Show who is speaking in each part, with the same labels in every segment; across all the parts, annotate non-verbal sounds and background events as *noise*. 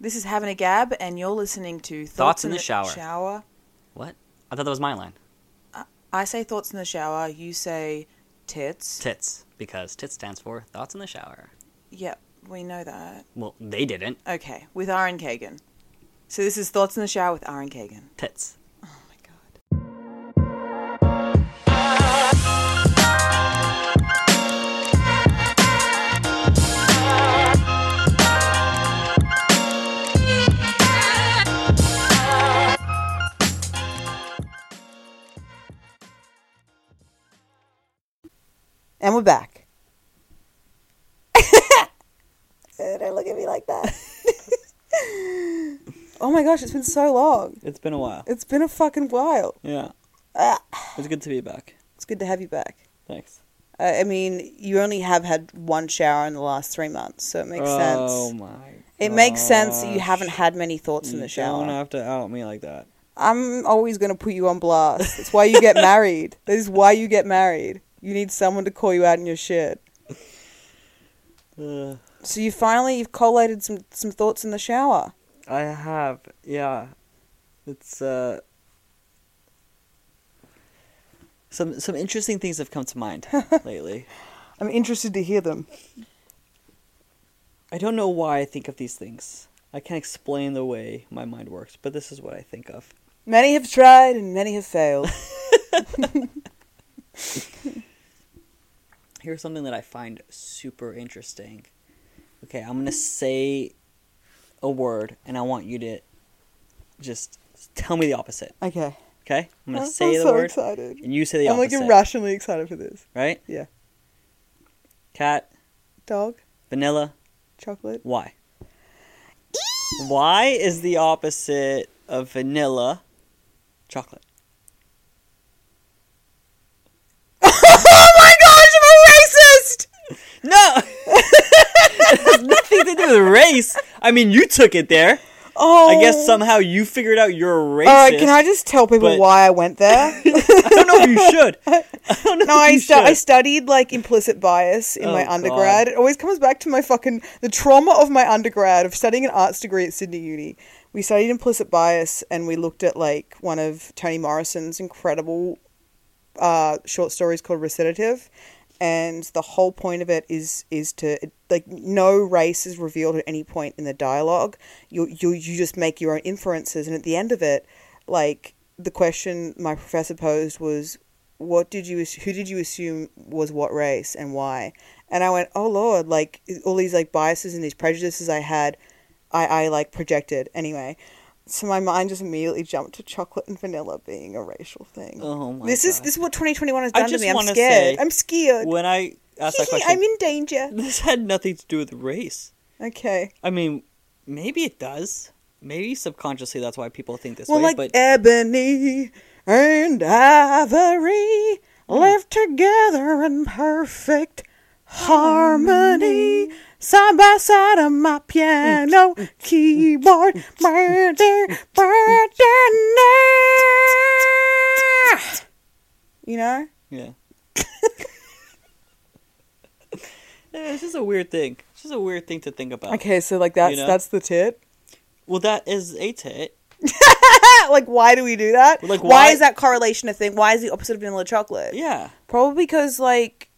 Speaker 1: This is having a gab, and you're listening to
Speaker 2: Thoughts in the Shower.
Speaker 1: Shower.
Speaker 2: What? I thought that was my line.
Speaker 1: I say thoughts in the shower. You say tits.
Speaker 2: Tits, because tits stands for thoughts in the shower.
Speaker 1: Yep, we know that.
Speaker 2: Well, they didn't.
Speaker 1: Okay, with Aaron Kagan. So this is thoughts in the shower with Aaron Kagan.
Speaker 2: Tits.
Speaker 1: Oh my god.
Speaker 3: And we're back. *laughs* Don't look at me like that. *laughs* oh my gosh, it's been so long.
Speaker 4: It's been a while.
Speaker 3: It's been a fucking while.
Speaker 4: Yeah.
Speaker 2: Ah.
Speaker 4: It's good to be back.
Speaker 3: It's good to have you back.
Speaker 4: Thanks.
Speaker 3: I I mean, you only have had one shower in the last three months, so it makes
Speaker 4: Oh
Speaker 3: sense.
Speaker 4: my.
Speaker 3: It makes sense that you
Speaker 4: gosh.
Speaker 3: haven't had many thoughts in the
Speaker 4: You
Speaker 3: shower.
Speaker 4: don't have to out me like that.
Speaker 3: I'm always going to put you on blast. That's why you get married. That is why you get married. You need someone to call you out in your shit.
Speaker 4: Ugh.
Speaker 3: So you finally you've collated some some thoughts in the shower.
Speaker 4: I have, yeah. It's uh some some interesting things have come to
Speaker 3: *laughs*
Speaker 4: mind lately.
Speaker 3: I'm interested to hear them.
Speaker 4: I don't know why I think of these things. I can't explain the way my mind works, but this is what I think of.
Speaker 3: Many have tried and many have failed.
Speaker 4: Here's something that I find super interesting. Okay, I'm going to say a word and I want you to just tell me the opposite,
Speaker 3: Okay.
Speaker 4: okay? I'm going
Speaker 3: Oh, I'm
Speaker 4: to say the
Speaker 3: so
Speaker 4: word
Speaker 3: excited.
Speaker 4: and you say the
Speaker 3: I'm like
Speaker 4: opposite.
Speaker 3: irrationally excited for this.
Speaker 4: Right?
Speaker 3: Yeah.
Speaker 4: Cat,
Speaker 3: Dog,
Speaker 4: vanilla,
Speaker 3: chocolate.
Speaker 4: Why? Why is the opposite of vanilla chocolate?
Speaker 3: *laughs* Oh my gosh, I'm a racist!
Speaker 4: No! *laughs* it has nothing to do with race. I mean, you took it there.
Speaker 3: Oh.
Speaker 4: I guess somehow you figured out you're a racist.
Speaker 3: All right, Uh, can I just tell people
Speaker 4: but-
Speaker 3: why I went there?
Speaker 4: I don't know if
Speaker 3: *laughs*
Speaker 4: you should. I don't know
Speaker 3: No,
Speaker 4: if
Speaker 3: I,
Speaker 4: you
Speaker 3: stu- I
Speaker 4: should.
Speaker 3: studied like implicit bias in
Speaker 4: Oh,
Speaker 3: my
Speaker 4: God.
Speaker 3: undergrad. It always comes back to my fucking the trauma of my undergrad of studying an arts degree at Sydney Uni. We studied implicit bias and we looked at like one of Toni Morrison's incredible uh, short stories called Recitative, and the whole point of it is is to like no race is revealed at any point in the dialogue. You you you just make your own inferences, and at the end of it, like the question my professor posed was, "What did you ass- who did you assume was what race and why?" And I went, "Oh Lord!" Like all these like biases and these prejudices I had, I I like projected anyway. So my mind just immediately jumped to chocolate and vanilla being a racial thing.
Speaker 4: Oh my
Speaker 3: This is
Speaker 4: God.
Speaker 3: this is what 2021 has
Speaker 4: I
Speaker 3: done to
Speaker 4: just
Speaker 3: me. I'm
Speaker 4: wanna
Speaker 3: scared.
Speaker 4: say-
Speaker 3: I'm scared.
Speaker 4: When I asked that question,
Speaker 3: I'm in danger.
Speaker 4: this had nothing to do with race.
Speaker 3: Okay.
Speaker 4: I mean, maybe it does. Maybe subconsciously that's why people think this
Speaker 3: Well,
Speaker 4: way,
Speaker 3: like eh.
Speaker 4: but
Speaker 3: ebony and ivory live together in perfect harmony, side by side of my piano keyboard. Murder, murder, night. You know.
Speaker 4: Yeah. *laughs* yeah. Eh, It's just a weird thing. It's just a weird thing to think about.
Speaker 3: Okay, so like that's
Speaker 4: You know?
Speaker 3: that's the tit.
Speaker 4: Well, that is a tit.
Speaker 3: like why do we do that?
Speaker 4: Like,
Speaker 3: Like
Speaker 4: why-
Speaker 3: why, is that correlation a thing? Why is the opposite of vanilla chocolate?
Speaker 4: Yeah.
Speaker 3: Probably because like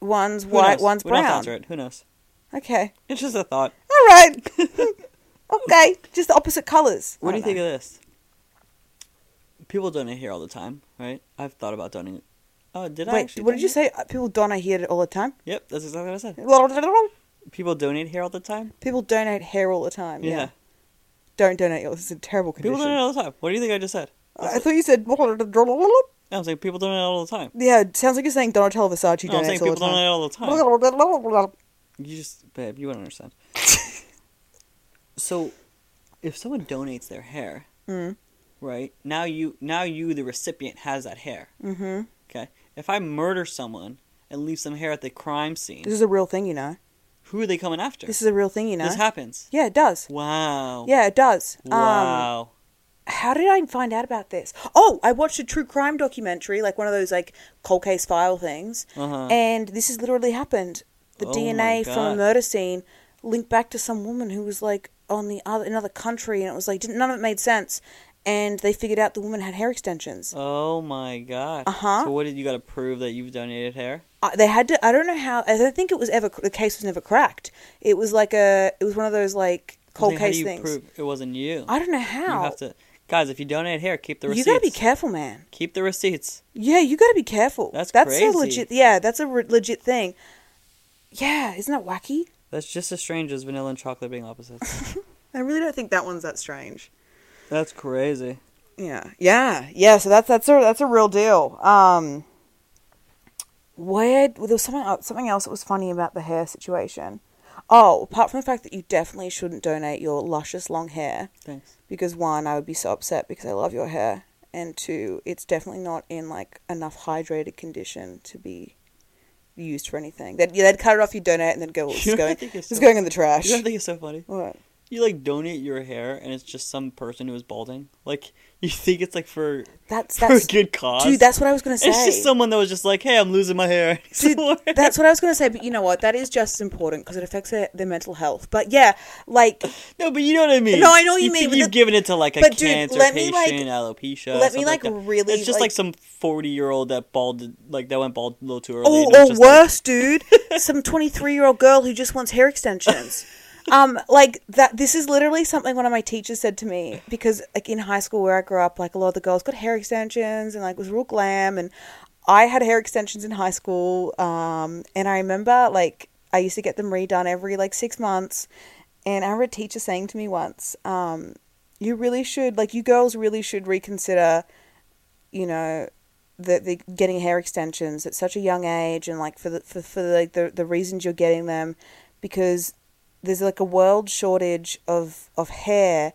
Speaker 3: one's
Speaker 4: Who
Speaker 3: white,
Speaker 4: knows?
Speaker 3: one's
Speaker 4: We don't have to
Speaker 3: brown.
Speaker 4: answer it. Who knows?
Speaker 3: Okay.
Speaker 4: It's just a thought.
Speaker 3: All right. *laughs* okay, just the opposite colors.
Speaker 4: What do you think of this? People donate here all the time, right? I've thought about donating. Oh, did I?
Speaker 3: Wait,
Speaker 4: actually
Speaker 3: what did you
Speaker 4: donate?
Speaker 3: say? Uh, People don't hear it all the time.
Speaker 4: Yep, that's exactly what I said. People donate here all the time.
Speaker 3: People donate hair all the time.
Speaker 4: Yeah,
Speaker 3: Yeah. Don't donate yours. It's a terrible
Speaker 4: people
Speaker 3: condition.
Speaker 4: donate all the time. What do you think I just said?
Speaker 3: I thought you said. *laughs*
Speaker 4: I'm saying people donate all the time.
Speaker 3: Yeah, it sounds like you're saying Donatella Versace
Speaker 4: No, Oh, I'm saying
Speaker 3: donates all
Speaker 4: people
Speaker 3: the time.
Speaker 4: donate all the time. You just, babe, you wouldn't understand.
Speaker 3: *laughs*
Speaker 4: so, if someone donates their hair,
Speaker 3: Mm.
Speaker 4: right now you, now you, the recipient, has that hair.
Speaker 3: Mm-hmm.
Speaker 4: Okay, if I murder someone and leave some hair at the crime scene,
Speaker 3: *laughs* This is a real thing, you know.
Speaker 4: who are they coming after?
Speaker 3: This is a real thing, you know.
Speaker 4: This happens.
Speaker 3: yeah, it does.
Speaker 4: Wow.
Speaker 3: Yeah, it does. Um,
Speaker 4: Wow.
Speaker 3: how did I find out about this? Oh, I watched a true crime documentary, like one of those like cold case file things,
Speaker 4: Uh-huh.
Speaker 3: and this has literally happened. The
Speaker 4: Oh my
Speaker 3: DNA from a
Speaker 4: God.
Speaker 3: murder scene linked back to some woman who was like on the other another country, and it was like didn't, none of it made sense. And they figured out the woman had hair extensions.
Speaker 4: Oh my god.
Speaker 3: Uh-huh.
Speaker 4: So what did you got to prove that you've donated hair?
Speaker 3: I, they had to. I don't know how. I don't think it was ever. The case was never cracked. It was like a. It was one of those like
Speaker 4: Saying,
Speaker 3: cold
Speaker 4: how do
Speaker 3: case
Speaker 4: you
Speaker 3: things.
Speaker 4: prove it wasn't you?
Speaker 3: I don't know how.
Speaker 4: You have to, guys. If you donate hair, keep the
Speaker 3: You
Speaker 4: receipts.
Speaker 3: gotta be careful, man.
Speaker 4: Keep the receipts.
Speaker 3: Yeah, you gotta be careful.
Speaker 4: That's
Speaker 3: a
Speaker 4: crazy.
Speaker 3: legit. Yeah, that's a re- legit thing. Yeah, isn't that wacky?
Speaker 4: That's just as strange as vanilla and chocolate being
Speaker 3: *laughs*
Speaker 4: opposites.
Speaker 5: I really don't think that one's that strange.
Speaker 4: That's crazy.
Speaker 5: Yeah, yeah, yeah. So that's that's a that's a real deal. Um,
Speaker 3: Where well, there was something else, something else that was funny about the hair situation. Oh, apart from the fact that you definitely shouldn't donate your luscious long hair
Speaker 4: Thanks.
Speaker 3: because one, I would be so upset because I love your hair, and two, it's definitely not in like enough hydrated condition to be used for anything. They'd, yeah, they'd cut it off, you donate, it, and then go
Speaker 4: *laughs*
Speaker 3: it's
Speaker 4: You know, I
Speaker 3: going,
Speaker 4: think it's
Speaker 3: it's
Speaker 4: so-
Speaker 3: going in the trash.
Speaker 4: You don't think it's so funny?
Speaker 3: What?
Speaker 4: You like donate your hair, and it's just some person who is balding. Like you think it's like for
Speaker 3: That's
Speaker 4: for a
Speaker 3: that's
Speaker 4: good cause.
Speaker 3: dude. That's what I was gonna
Speaker 4: *laughs*
Speaker 3: say.
Speaker 4: it's just someone that was just like, "Hey, I'm losing my hair." *laughs*
Speaker 3: Dude,
Speaker 4: So-
Speaker 3: that's what I was going to say, but you know what? That is just as important because it affects their, their mental health. But yeah, like,
Speaker 4: no, but you know what I mean.
Speaker 3: No, I know what you mean,
Speaker 4: think
Speaker 3: but
Speaker 4: you've
Speaker 3: the-
Speaker 4: given it to like a
Speaker 3: but dude,
Speaker 4: cancer
Speaker 3: let me,
Speaker 4: patient,
Speaker 3: like-
Speaker 4: alopecia.
Speaker 3: let me,
Speaker 4: something
Speaker 3: like,
Speaker 4: that.
Speaker 3: really,
Speaker 4: It's just like,
Speaker 3: like-
Speaker 4: some forty-year-old that bald, like that went bald a little too early.
Speaker 3: oh,
Speaker 4: and it was
Speaker 3: or
Speaker 4: just like- *laughs*
Speaker 3: worse, dude, some 23 year old girl who just wants hair extensions. Um, like that. This is literally something one of my teachers said to me because, like, in high school where I grew up, like a lot of the girls got hair extensions and like was real glam, and I had hair extensions in high school. Um, and I remember like I used to get them redone every like six months, and I remember a teacher saying to me once, um, "You really should like you girls really should reconsider." you know that the getting hair extensions at such a young age and like for the for, for like the, the reasons you're getting them because there's like a world shortage of of hair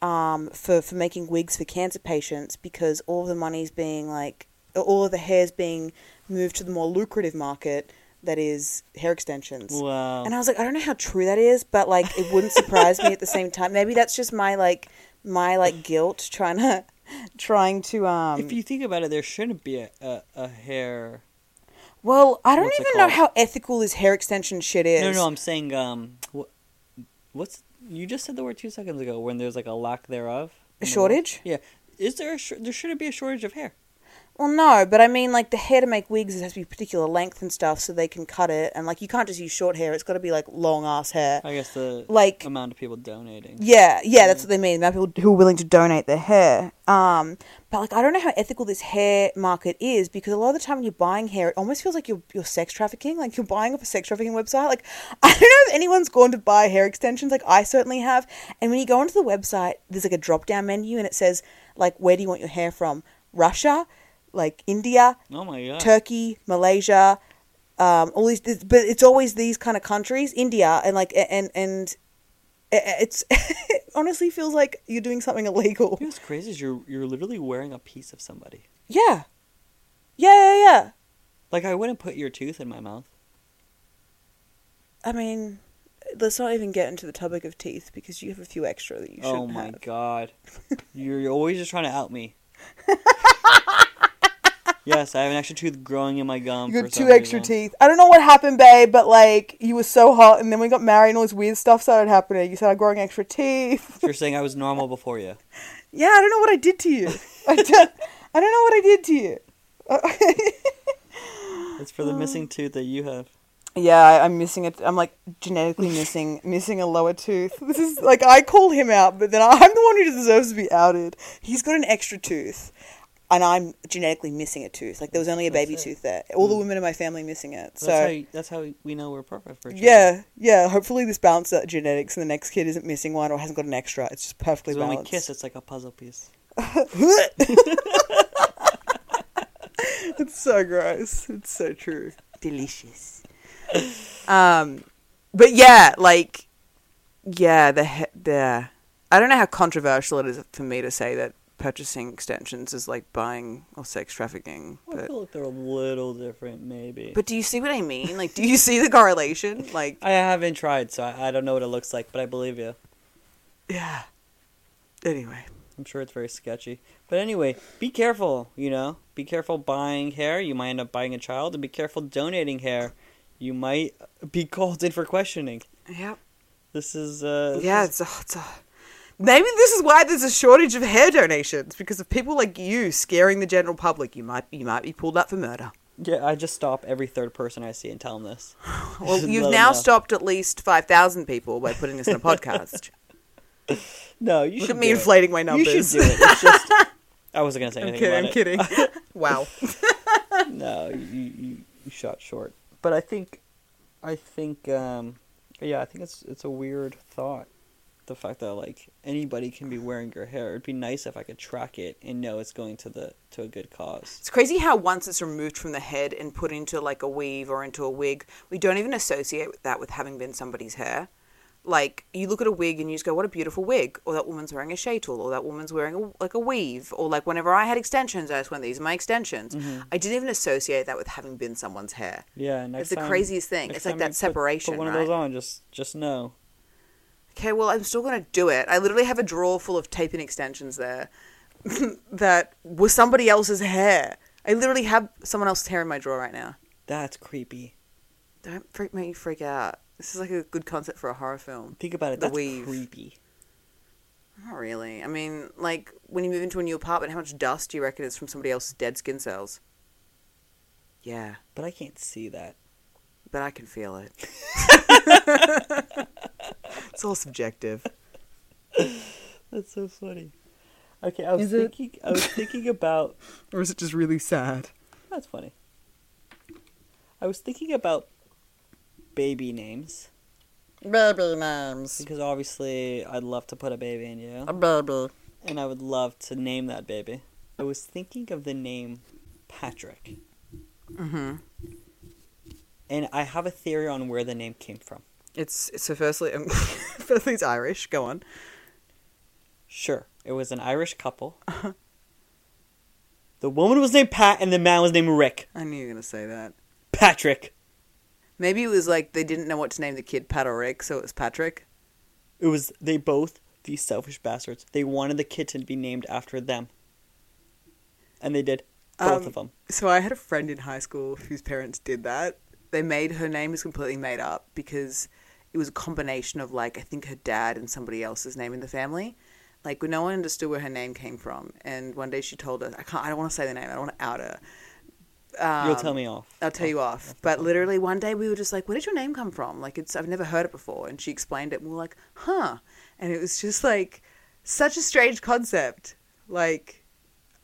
Speaker 3: um for for making wigs for cancer patients because all the money's being like all of the hair's being moved to the more lucrative market that is hair extensions
Speaker 4: Wow.
Speaker 3: and I was like, I don't know how true that is, but like it wouldn't surprise me at the same time. Maybe that's just my like my like guilt trying to *laughs* trying to um
Speaker 4: if you think about it, there shouldn't be a, a, a hair.
Speaker 3: well, I don't
Speaker 4: What's it
Speaker 3: even know
Speaker 4: called?
Speaker 3: how ethical this hair extension shit is.
Speaker 4: No, no, I'm saying um, what, what's you just said the word two seconds ago when there's like a lack thereof.
Speaker 3: A shortage?
Speaker 4: Yeah. Is there a sh- there shouldn't be a shortage of hair?
Speaker 3: Well, no, but I mean like the hair to make wigs it has to be particular length and stuff so they can cut it and like you can't just use short hair. It's got to be like long ass hair.
Speaker 4: I guess the
Speaker 3: Like-
Speaker 4: amount of people donating.
Speaker 3: Yeah, yeah, that's what they mean. About people who are willing to donate their hair. Um, but like, I don't know how ethical this hair market is because a lot of the time when you're buying hair, it almost feels like you're you're sex trafficking. Like you're buying off a sex trafficking website. Like *laughs* I don't know if anyone's gone to buy hair extensions. Like I certainly have. And when you go onto the website, there's like a drop down menu and it says like, where do you want your hair from? Russia, like India,
Speaker 4: Oh my god.
Speaker 3: Turkey, Malaysia, um, all these, this, but it's always these kind of countries, India, and like, a- and and a- it's *laughs* it honestly feels like you're doing something illegal.
Speaker 4: You know what's crazy is you're you're literally wearing a piece of somebody.
Speaker 3: Yeah, yeah, yeah, yeah.
Speaker 4: Like I wouldn't put your tooth in my mouth.
Speaker 3: I mean, let's not even get into the topic of teeth because you have a few extra that you shouldn't
Speaker 4: Oh my
Speaker 3: have. *laughs*
Speaker 4: god. You're you're always just trying to out me. yes, I have an extra tooth growing in my gum.
Speaker 5: you
Speaker 4: for
Speaker 5: got
Speaker 4: some
Speaker 5: two extra
Speaker 4: reason.
Speaker 5: teeth. I don't know what happened, babe, but like you were so hot, and then we got married, and all this weird stuff started happening. You started growing extra teeth.
Speaker 4: You're saying I was normal before you.
Speaker 5: Yeah, I don't know what I did to
Speaker 3: *laughs*
Speaker 5: you. I don't, I don't know what I did to you. *laughs*
Speaker 4: It's for the missing tooth that you have.
Speaker 5: Yeah, I, I'm missing it. I'm like
Speaker 4: *laughs*
Speaker 5: genetically missing missing a lower tooth. This is like I call him out, but then I'm the one who deserves to be outed.
Speaker 3: He's got an extra tooth, and I'm genetically missing a tooth. Like there was only a baby
Speaker 4: it. Mm.
Speaker 3: tooth there. All the women in my family missing it. So
Speaker 4: That's how that's how we know we're perfect for each other.
Speaker 5: Yeah, yeah. Hopefully this balances out genetics, and the next kid isn't missing one or hasn't got an extra. It's just
Speaker 4: 'Cause
Speaker 5: perfectly
Speaker 4: when
Speaker 5: balanced.
Speaker 4: we kiss, it's like a puzzle piece.
Speaker 5: It's so gross. It's so true.
Speaker 3: delicious.
Speaker 5: Um, but yeah, like, yeah, the he- the I don't know how controversial it is for me to say that purchasing extensions is like buying or sex trafficking,
Speaker 4: I
Speaker 5: but
Speaker 4: feel like they're a little different, maybe.
Speaker 5: but do you see what I mean? Like, do you see the *laughs* correlation? Like,
Speaker 4: I haven't tried, so I, I don't know what it looks like, but I believe you.
Speaker 5: yeah. Anyway,
Speaker 4: I'm sure it's very sketchy. But anyway, be careful, you know? Be careful buying hair. You might end up buying a child, and be careful donating hair. You might be called in for questioning.
Speaker 5: yep.
Speaker 4: This is uh
Speaker 3: Yeah, it's a, it's a. Maybe this is why there's a shortage of hair donations because of people like you scaring the general public. You might you might be pulled up for murder.
Speaker 4: Yeah, I just stop every third person I see and tell them this. *laughs*
Speaker 3: Well,
Speaker 4: Let
Speaker 3: you've
Speaker 4: 'em
Speaker 3: now
Speaker 4: know.
Speaker 3: stopped at least five thousand people by
Speaker 4: *laughs*
Speaker 3: putting this in a podcast.
Speaker 4: No, you
Speaker 3: Look
Speaker 4: should
Speaker 3: at me
Speaker 4: do it.
Speaker 3: inflating my numbers.
Speaker 4: You should do it. It's just *laughs* I wasn't gonna say
Speaker 3: *laughs* I'm
Speaker 4: anything
Speaker 3: kidding. I'm
Speaker 4: about
Speaker 3: kidding.
Speaker 4: *laughs*
Speaker 3: wow.
Speaker 4: it. No, you, you you shot short. But I think, I think, um, yeah, I think it's it's a weird thought. The fact that like anybody can be wearing your hair. It'd be nice if I could track it and know it's going to the to a good cause.
Speaker 3: It's crazy how once it's removed from the head and put into like a weave or into a wig, we don't even associate with that with having been somebody's hair. Like you look at a wig and you just go, "What a beautiful wig!" Or that woman's wearing a shay tool, or that woman's wearing a, like a weave, or like whenever I had extensions, I just went, "These are my extensions."
Speaker 4: Mm-hmm.
Speaker 3: I didn't even associate that with having been someone's hair.
Speaker 4: Yeah, next
Speaker 3: the
Speaker 4: time-
Speaker 3: craziest thing.
Speaker 4: next
Speaker 3: It's like
Speaker 4: time
Speaker 3: that
Speaker 4: you put-
Speaker 3: separation,
Speaker 4: Put one of
Speaker 3: right?
Speaker 4: those on. Just just know.
Speaker 3: Okay, well, I'm still going to do it. I literally have a drawer full of tape and extensions there *laughs* that were somebody else's hair. I literally have someone else's hair in my drawer right now.
Speaker 4: That's creepy.
Speaker 3: Don't freak make me freak out. This is like a good concept for a horror film.
Speaker 4: Think about it.
Speaker 3: The
Speaker 4: that's
Speaker 3: weave.
Speaker 4: creepy.
Speaker 3: Not really. I mean, like when you move into a new apartment, how much dust do you reckon is from somebody else's dead skin cells? Yeah,
Speaker 4: But I can't see that.
Speaker 3: but I can feel it. *laughs* it's all subjective.
Speaker 4: That's so funny. Okay, I was thinking. I was thinking about.
Speaker 3: *laughs* Or is it just really sad?
Speaker 4: That's funny. I was thinking about baby names
Speaker 3: Baby names.
Speaker 4: because obviously I'd love to put a baby in you,
Speaker 3: A baby.
Speaker 4: and I would love to name that baby. I was thinking of the name Patrick,
Speaker 3: Mm-hmm.
Speaker 4: and I have a theory on where the name came from.
Speaker 3: It's so. Firstly, *laughs* um, firstly, it's Irish. Go on.
Speaker 4: Sure, it was an Irish couple.
Speaker 3: Uh-huh.
Speaker 4: The woman was named Pat, and the man was named Rick.
Speaker 3: I knew you were gonna say that.
Speaker 4: Patrick.
Speaker 3: Maybe it was like they didn't know what to name the kid Pat or Rick, so it was Patrick.
Speaker 4: It was they both these selfish bastards. They wanted the kid to be named after them, and they did both
Speaker 3: Um,
Speaker 4: of them.
Speaker 3: So I had a friend in high school whose parents did that. They made her name was completely made up because it was a combination of like I think her dad and somebody else's name in the family. Like no one understood where her name came from, and one day she told us I can't. I don't want to say the name. I don't want to out her.
Speaker 4: You'll
Speaker 3: um,
Speaker 4: tell me off.
Speaker 3: I'll tell you off. But literally one day we were just like, "Where did your name come from?" Like it's I've never heard it before, and she explained it, and we were like, "Huh?" And it was just like such a strange concept. Like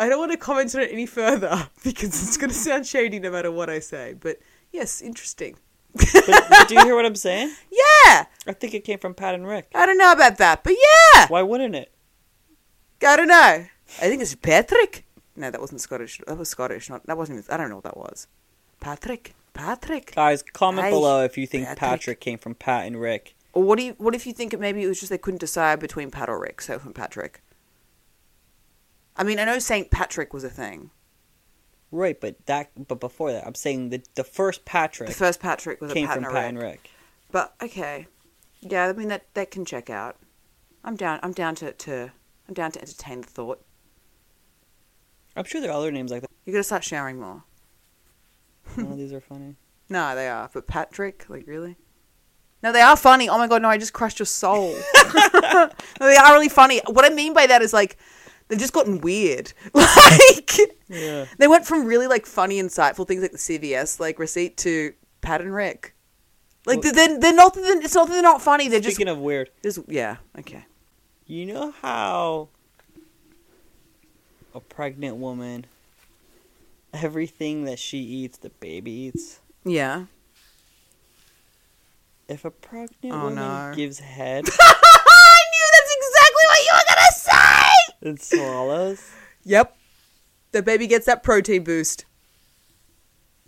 Speaker 3: I don't want to comment on it any further *laughs* because it's going to sound shady no matter what I say. But yes, interesting.
Speaker 4: but, but do you hear what I'm saying?
Speaker 3: Yeah,
Speaker 4: I think it came from Pat and Rick.
Speaker 3: I don't know about that, but yeah,
Speaker 4: Why wouldn't it?
Speaker 3: I don't know. I think it's Patrick. No, that wasn't Scottish. That was Scottish. Not that wasn't. even- I don't know what that was. Patrick. Patrick.
Speaker 4: Guys, comment
Speaker 3: Hey,
Speaker 4: below if you think
Speaker 3: Patrick.
Speaker 4: Patrick. came from Pat and Rick.
Speaker 3: Or what do you, what if you think it maybe it was just they couldn't decide between Pat or Rick, so from Patrick. I mean, I know Saint Patrick was a thing.
Speaker 4: Right, but that but before that, I'm saying the the first Patrick
Speaker 3: The first Patrick was
Speaker 4: came
Speaker 3: a Pat,
Speaker 4: from
Speaker 3: and a
Speaker 4: Pat
Speaker 3: Rick.
Speaker 4: and Rick.
Speaker 3: But okay, yeah, I mean that that can check out. I'm down. I'm down to, to I'm down to entertain the thought.
Speaker 4: I'm sure there are other names like that.
Speaker 3: You gotta start sharing more.
Speaker 4: None of these are
Speaker 3: *laughs*
Speaker 4: funny.
Speaker 3: No, they are. But Patrick, like really? No, they are funny. Oh my god, no, I just crushed
Speaker 4: *laughs*
Speaker 3: your soul. no, they are really funny. What I mean by that is like they've just gotten weird. *laughs* Like
Speaker 4: Yeah.
Speaker 3: they went from really like funny, insightful things like the CVS like receipt to Pat and Rick. Like
Speaker 4: Well-
Speaker 3: they're, they're not. that It's not that they're not funny. They're just,
Speaker 4: Speaking of weird,
Speaker 3: just. Yeah. Okay.
Speaker 4: you know how a pregnant woman everything that she eats, the baby eats.
Speaker 3: *laughs* Yeah.
Speaker 4: If a pregnant
Speaker 3: Oh,
Speaker 4: woman
Speaker 3: no.
Speaker 4: gives
Speaker 3: *laughs*
Speaker 4: head
Speaker 3: I knew that's exactly what you were gonna say.
Speaker 4: and swallows,
Speaker 3: Yep. The baby gets that protein boost.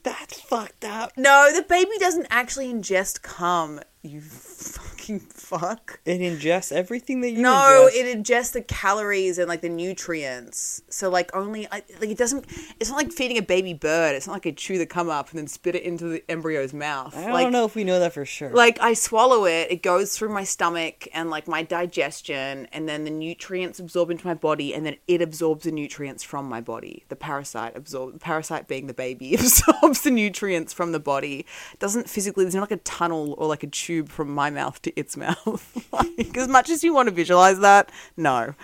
Speaker 4: that's fucked up.
Speaker 3: No, the baby doesn't actually ingest cum. You *laughs* fucking fuck.
Speaker 4: It ingests everything that you
Speaker 3: No,
Speaker 4: ingest.
Speaker 3: it ingests the calories and like the nutrients. So like only I- like it doesn't. It's not like feeding a baby bird. It's not like I chew the cum up and then spit it into the embryo's mouth.
Speaker 4: I don't
Speaker 3: like,
Speaker 4: know if we know that for sure.
Speaker 3: Like I swallow it, it goes through my stomach and like my digestion, and then the nutrients absorb into my body, and then it absorbs the nutrients from my body. The parasite absorb the parasite being the baby *laughs* absorbs the nutrients from the body. Doesn't physically there's not like a tunnel or like a tube from my mouth to its *laughs* mouth. like, as much as you want to visualize that, no.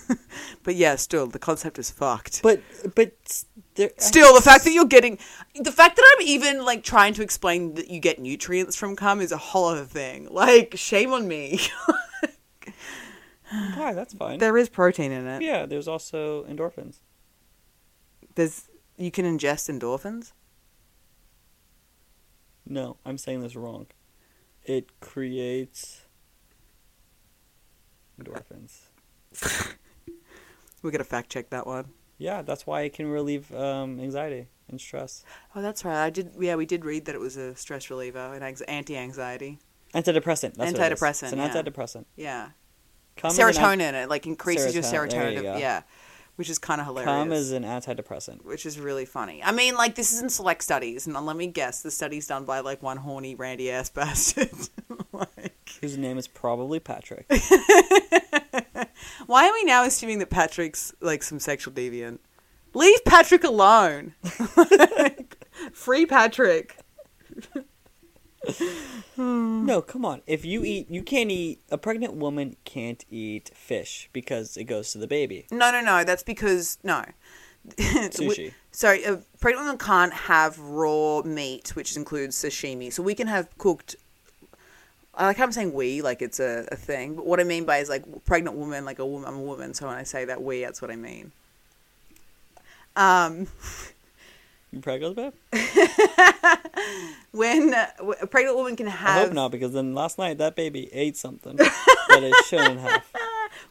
Speaker 3: *laughs* but yeah, still, the concept is fucked.
Speaker 4: But but s- there,
Speaker 3: *laughs*
Speaker 4: I
Speaker 3: Still, the fact that you're getting the fact that I'm even like trying to explain that you get nutrients from cum is a whole other thing. Like, shame on me. *laughs*
Speaker 4: think, Why? That's fine.
Speaker 3: there is protein in it.
Speaker 4: yeah, there's also endorphins.
Speaker 3: There's you can ingest endorphins.
Speaker 4: No, I'm saying this wrong. It creates endorphins.
Speaker 3: We're gonna fact check that one.
Speaker 4: Yeah, that's why it can relieve um, anxiety and stress.
Speaker 3: Oh, that's right. I did. Yeah, we did read that it was a stress reliever and anx- anti-anxiety.
Speaker 4: Antidepressant. That's what it is.
Speaker 3: Antidepressant, yeah.
Speaker 4: It's an antidepressant.
Speaker 3: Yeah,
Speaker 4: Cum is an an-
Speaker 3: serotonin. it like increases your
Speaker 4: Serotonin, there
Speaker 3: serotonin.
Speaker 4: you go.
Speaker 3: yeah, which is kind of hilarious.
Speaker 4: Cum is an antidepressant.
Speaker 3: which is really funny. I mean, like this is in select studies, and let me guess, the study's done by like one horny randy ass *laughs* bastard. like,
Speaker 4: Whose name is probably
Speaker 3: *laughs*
Speaker 4: Patrick.
Speaker 3: why are we now assuming that Patrick's like some sexual deviant? Leave Patrick alone. *laughs* Free Patrick.
Speaker 4: no, come on. If you eat, you can't eat. A pregnant woman can't eat fish because it goes to the baby.
Speaker 3: No, no, no. That's because no.
Speaker 4: Sushi.
Speaker 3: Sorry, a pregnant women can't have raw meat, which includes sashimi. So we can have cooked. I like how I'm saying we, like it's a, a thing. But what I mean by is like pregnant woman, like a woman. I'm a woman, so when I say that we, that's what I mean. Um,
Speaker 4: You pregnant, babe?
Speaker 3: when uh, w- a pregnant woman can
Speaker 4: I
Speaker 3: have
Speaker 4: hope not, because then last night that baby ate
Speaker 3: *laughs*
Speaker 4: something that it shouldn't have.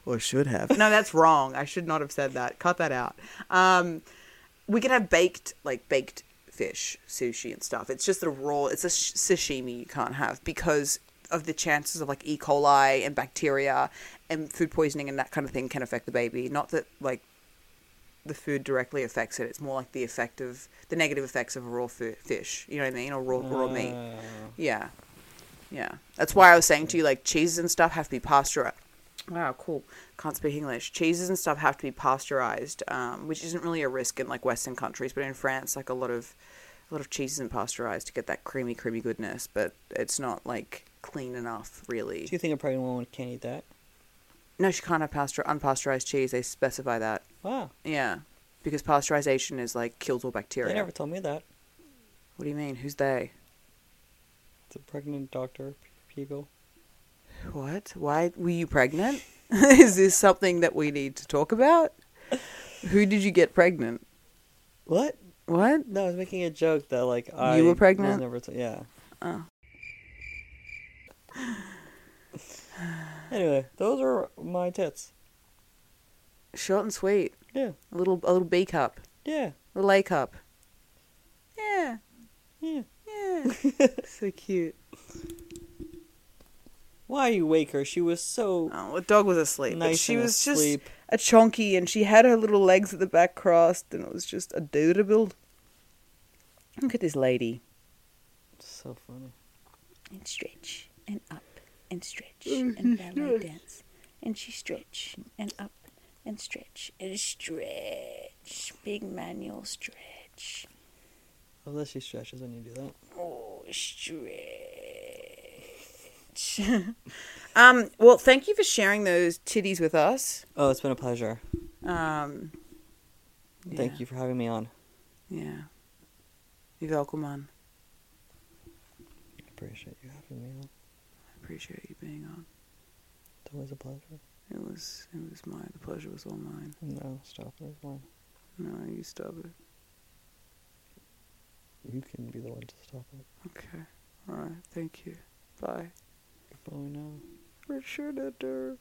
Speaker 3: or should have. No, that's wrong. I should not have said that. Cut that out. Um, we can have baked, like baked fish, sushi, and stuff. It's just the raw. It's a sh- sashimi you can't have because of the chances of like E. coli and bacteria and food poisoning and that kind of thing can affect the baby. Not that like the food directly affects it. It's more like the effect of the negative effects of raw fu- fish. You know what I mean? Or raw, raw meat.
Speaker 4: Uh,
Speaker 3: Yeah. Yeah. That's why I was saying to you, like, cheeses and stuff have to be pasteurized. Wow, cool. Can't speak English. Cheeses and stuff have to be pasteurized, um, which isn't really a risk in like Western countries, but in France, like a lot of a lot of cheeses and pasteurized to get that creamy, creamy goodness. But it's not like clean enough, really.
Speaker 4: do you think a pregnant woman can't eat that?
Speaker 3: No, she can't have pasteur- unpasteurized cheese. They specify that.
Speaker 4: Wow.
Speaker 3: Yeah, because pasteurization is like kills all bacteria.
Speaker 4: They never told me that.
Speaker 3: What do you mean? Who's they?
Speaker 4: The pregnant doctor, Pigo.
Speaker 3: What? Why were you pregnant? *laughs* Is this something that we need to talk about? Who did you get pregnant?
Speaker 4: What?
Speaker 3: What?
Speaker 4: No, I was making a joke that like I
Speaker 3: were
Speaker 4: was
Speaker 3: pregnant? Oh.
Speaker 4: never t- yeah. *sighs* Anyway, those are my tits.
Speaker 3: Short and sweet.
Speaker 4: Yeah,
Speaker 3: A little, a little B cup,
Speaker 4: yeah, *laughs*
Speaker 3: a little A cup. Yeah,
Speaker 4: yeah.
Speaker 3: yeah. so cute.
Speaker 4: Why you wake her? She was so
Speaker 3: Oh, the dog was asleep. but
Speaker 4: nice.
Speaker 3: she
Speaker 4: and
Speaker 3: was
Speaker 4: asleep.
Speaker 3: just a chonky, and she had her little legs at the back crossed, and it was just adorable. Look at this lady.
Speaker 4: so funny.
Speaker 6: and stretch and up and stretch and ballet dance and she stretch and up and stretch and stretch big manual stretch
Speaker 4: Unless she stretches when you do that.
Speaker 6: oh stretch
Speaker 3: *laughs* Um. Well, thank you for sharing those titties with us.
Speaker 4: Oh, it's been a pleasure.
Speaker 3: Um.
Speaker 4: Thank
Speaker 3: Yeah.
Speaker 4: you for having me on.
Speaker 3: Yeah. You're welcome, man.
Speaker 4: I appreciate you having me on.
Speaker 3: I appreciate you being on.
Speaker 4: It's always a pleasure.
Speaker 3: It was it was mine. The pleasure was all mine.
Speaker 4: No, stop. There's one.
Speaker 3: No, you stop it.
Speaker 4: You can be the one to stop it.
Speaker 3: Okay. All right. Thank you. Bye.
Speaker 4: Before we know.
Speaker 3: Richard Eder.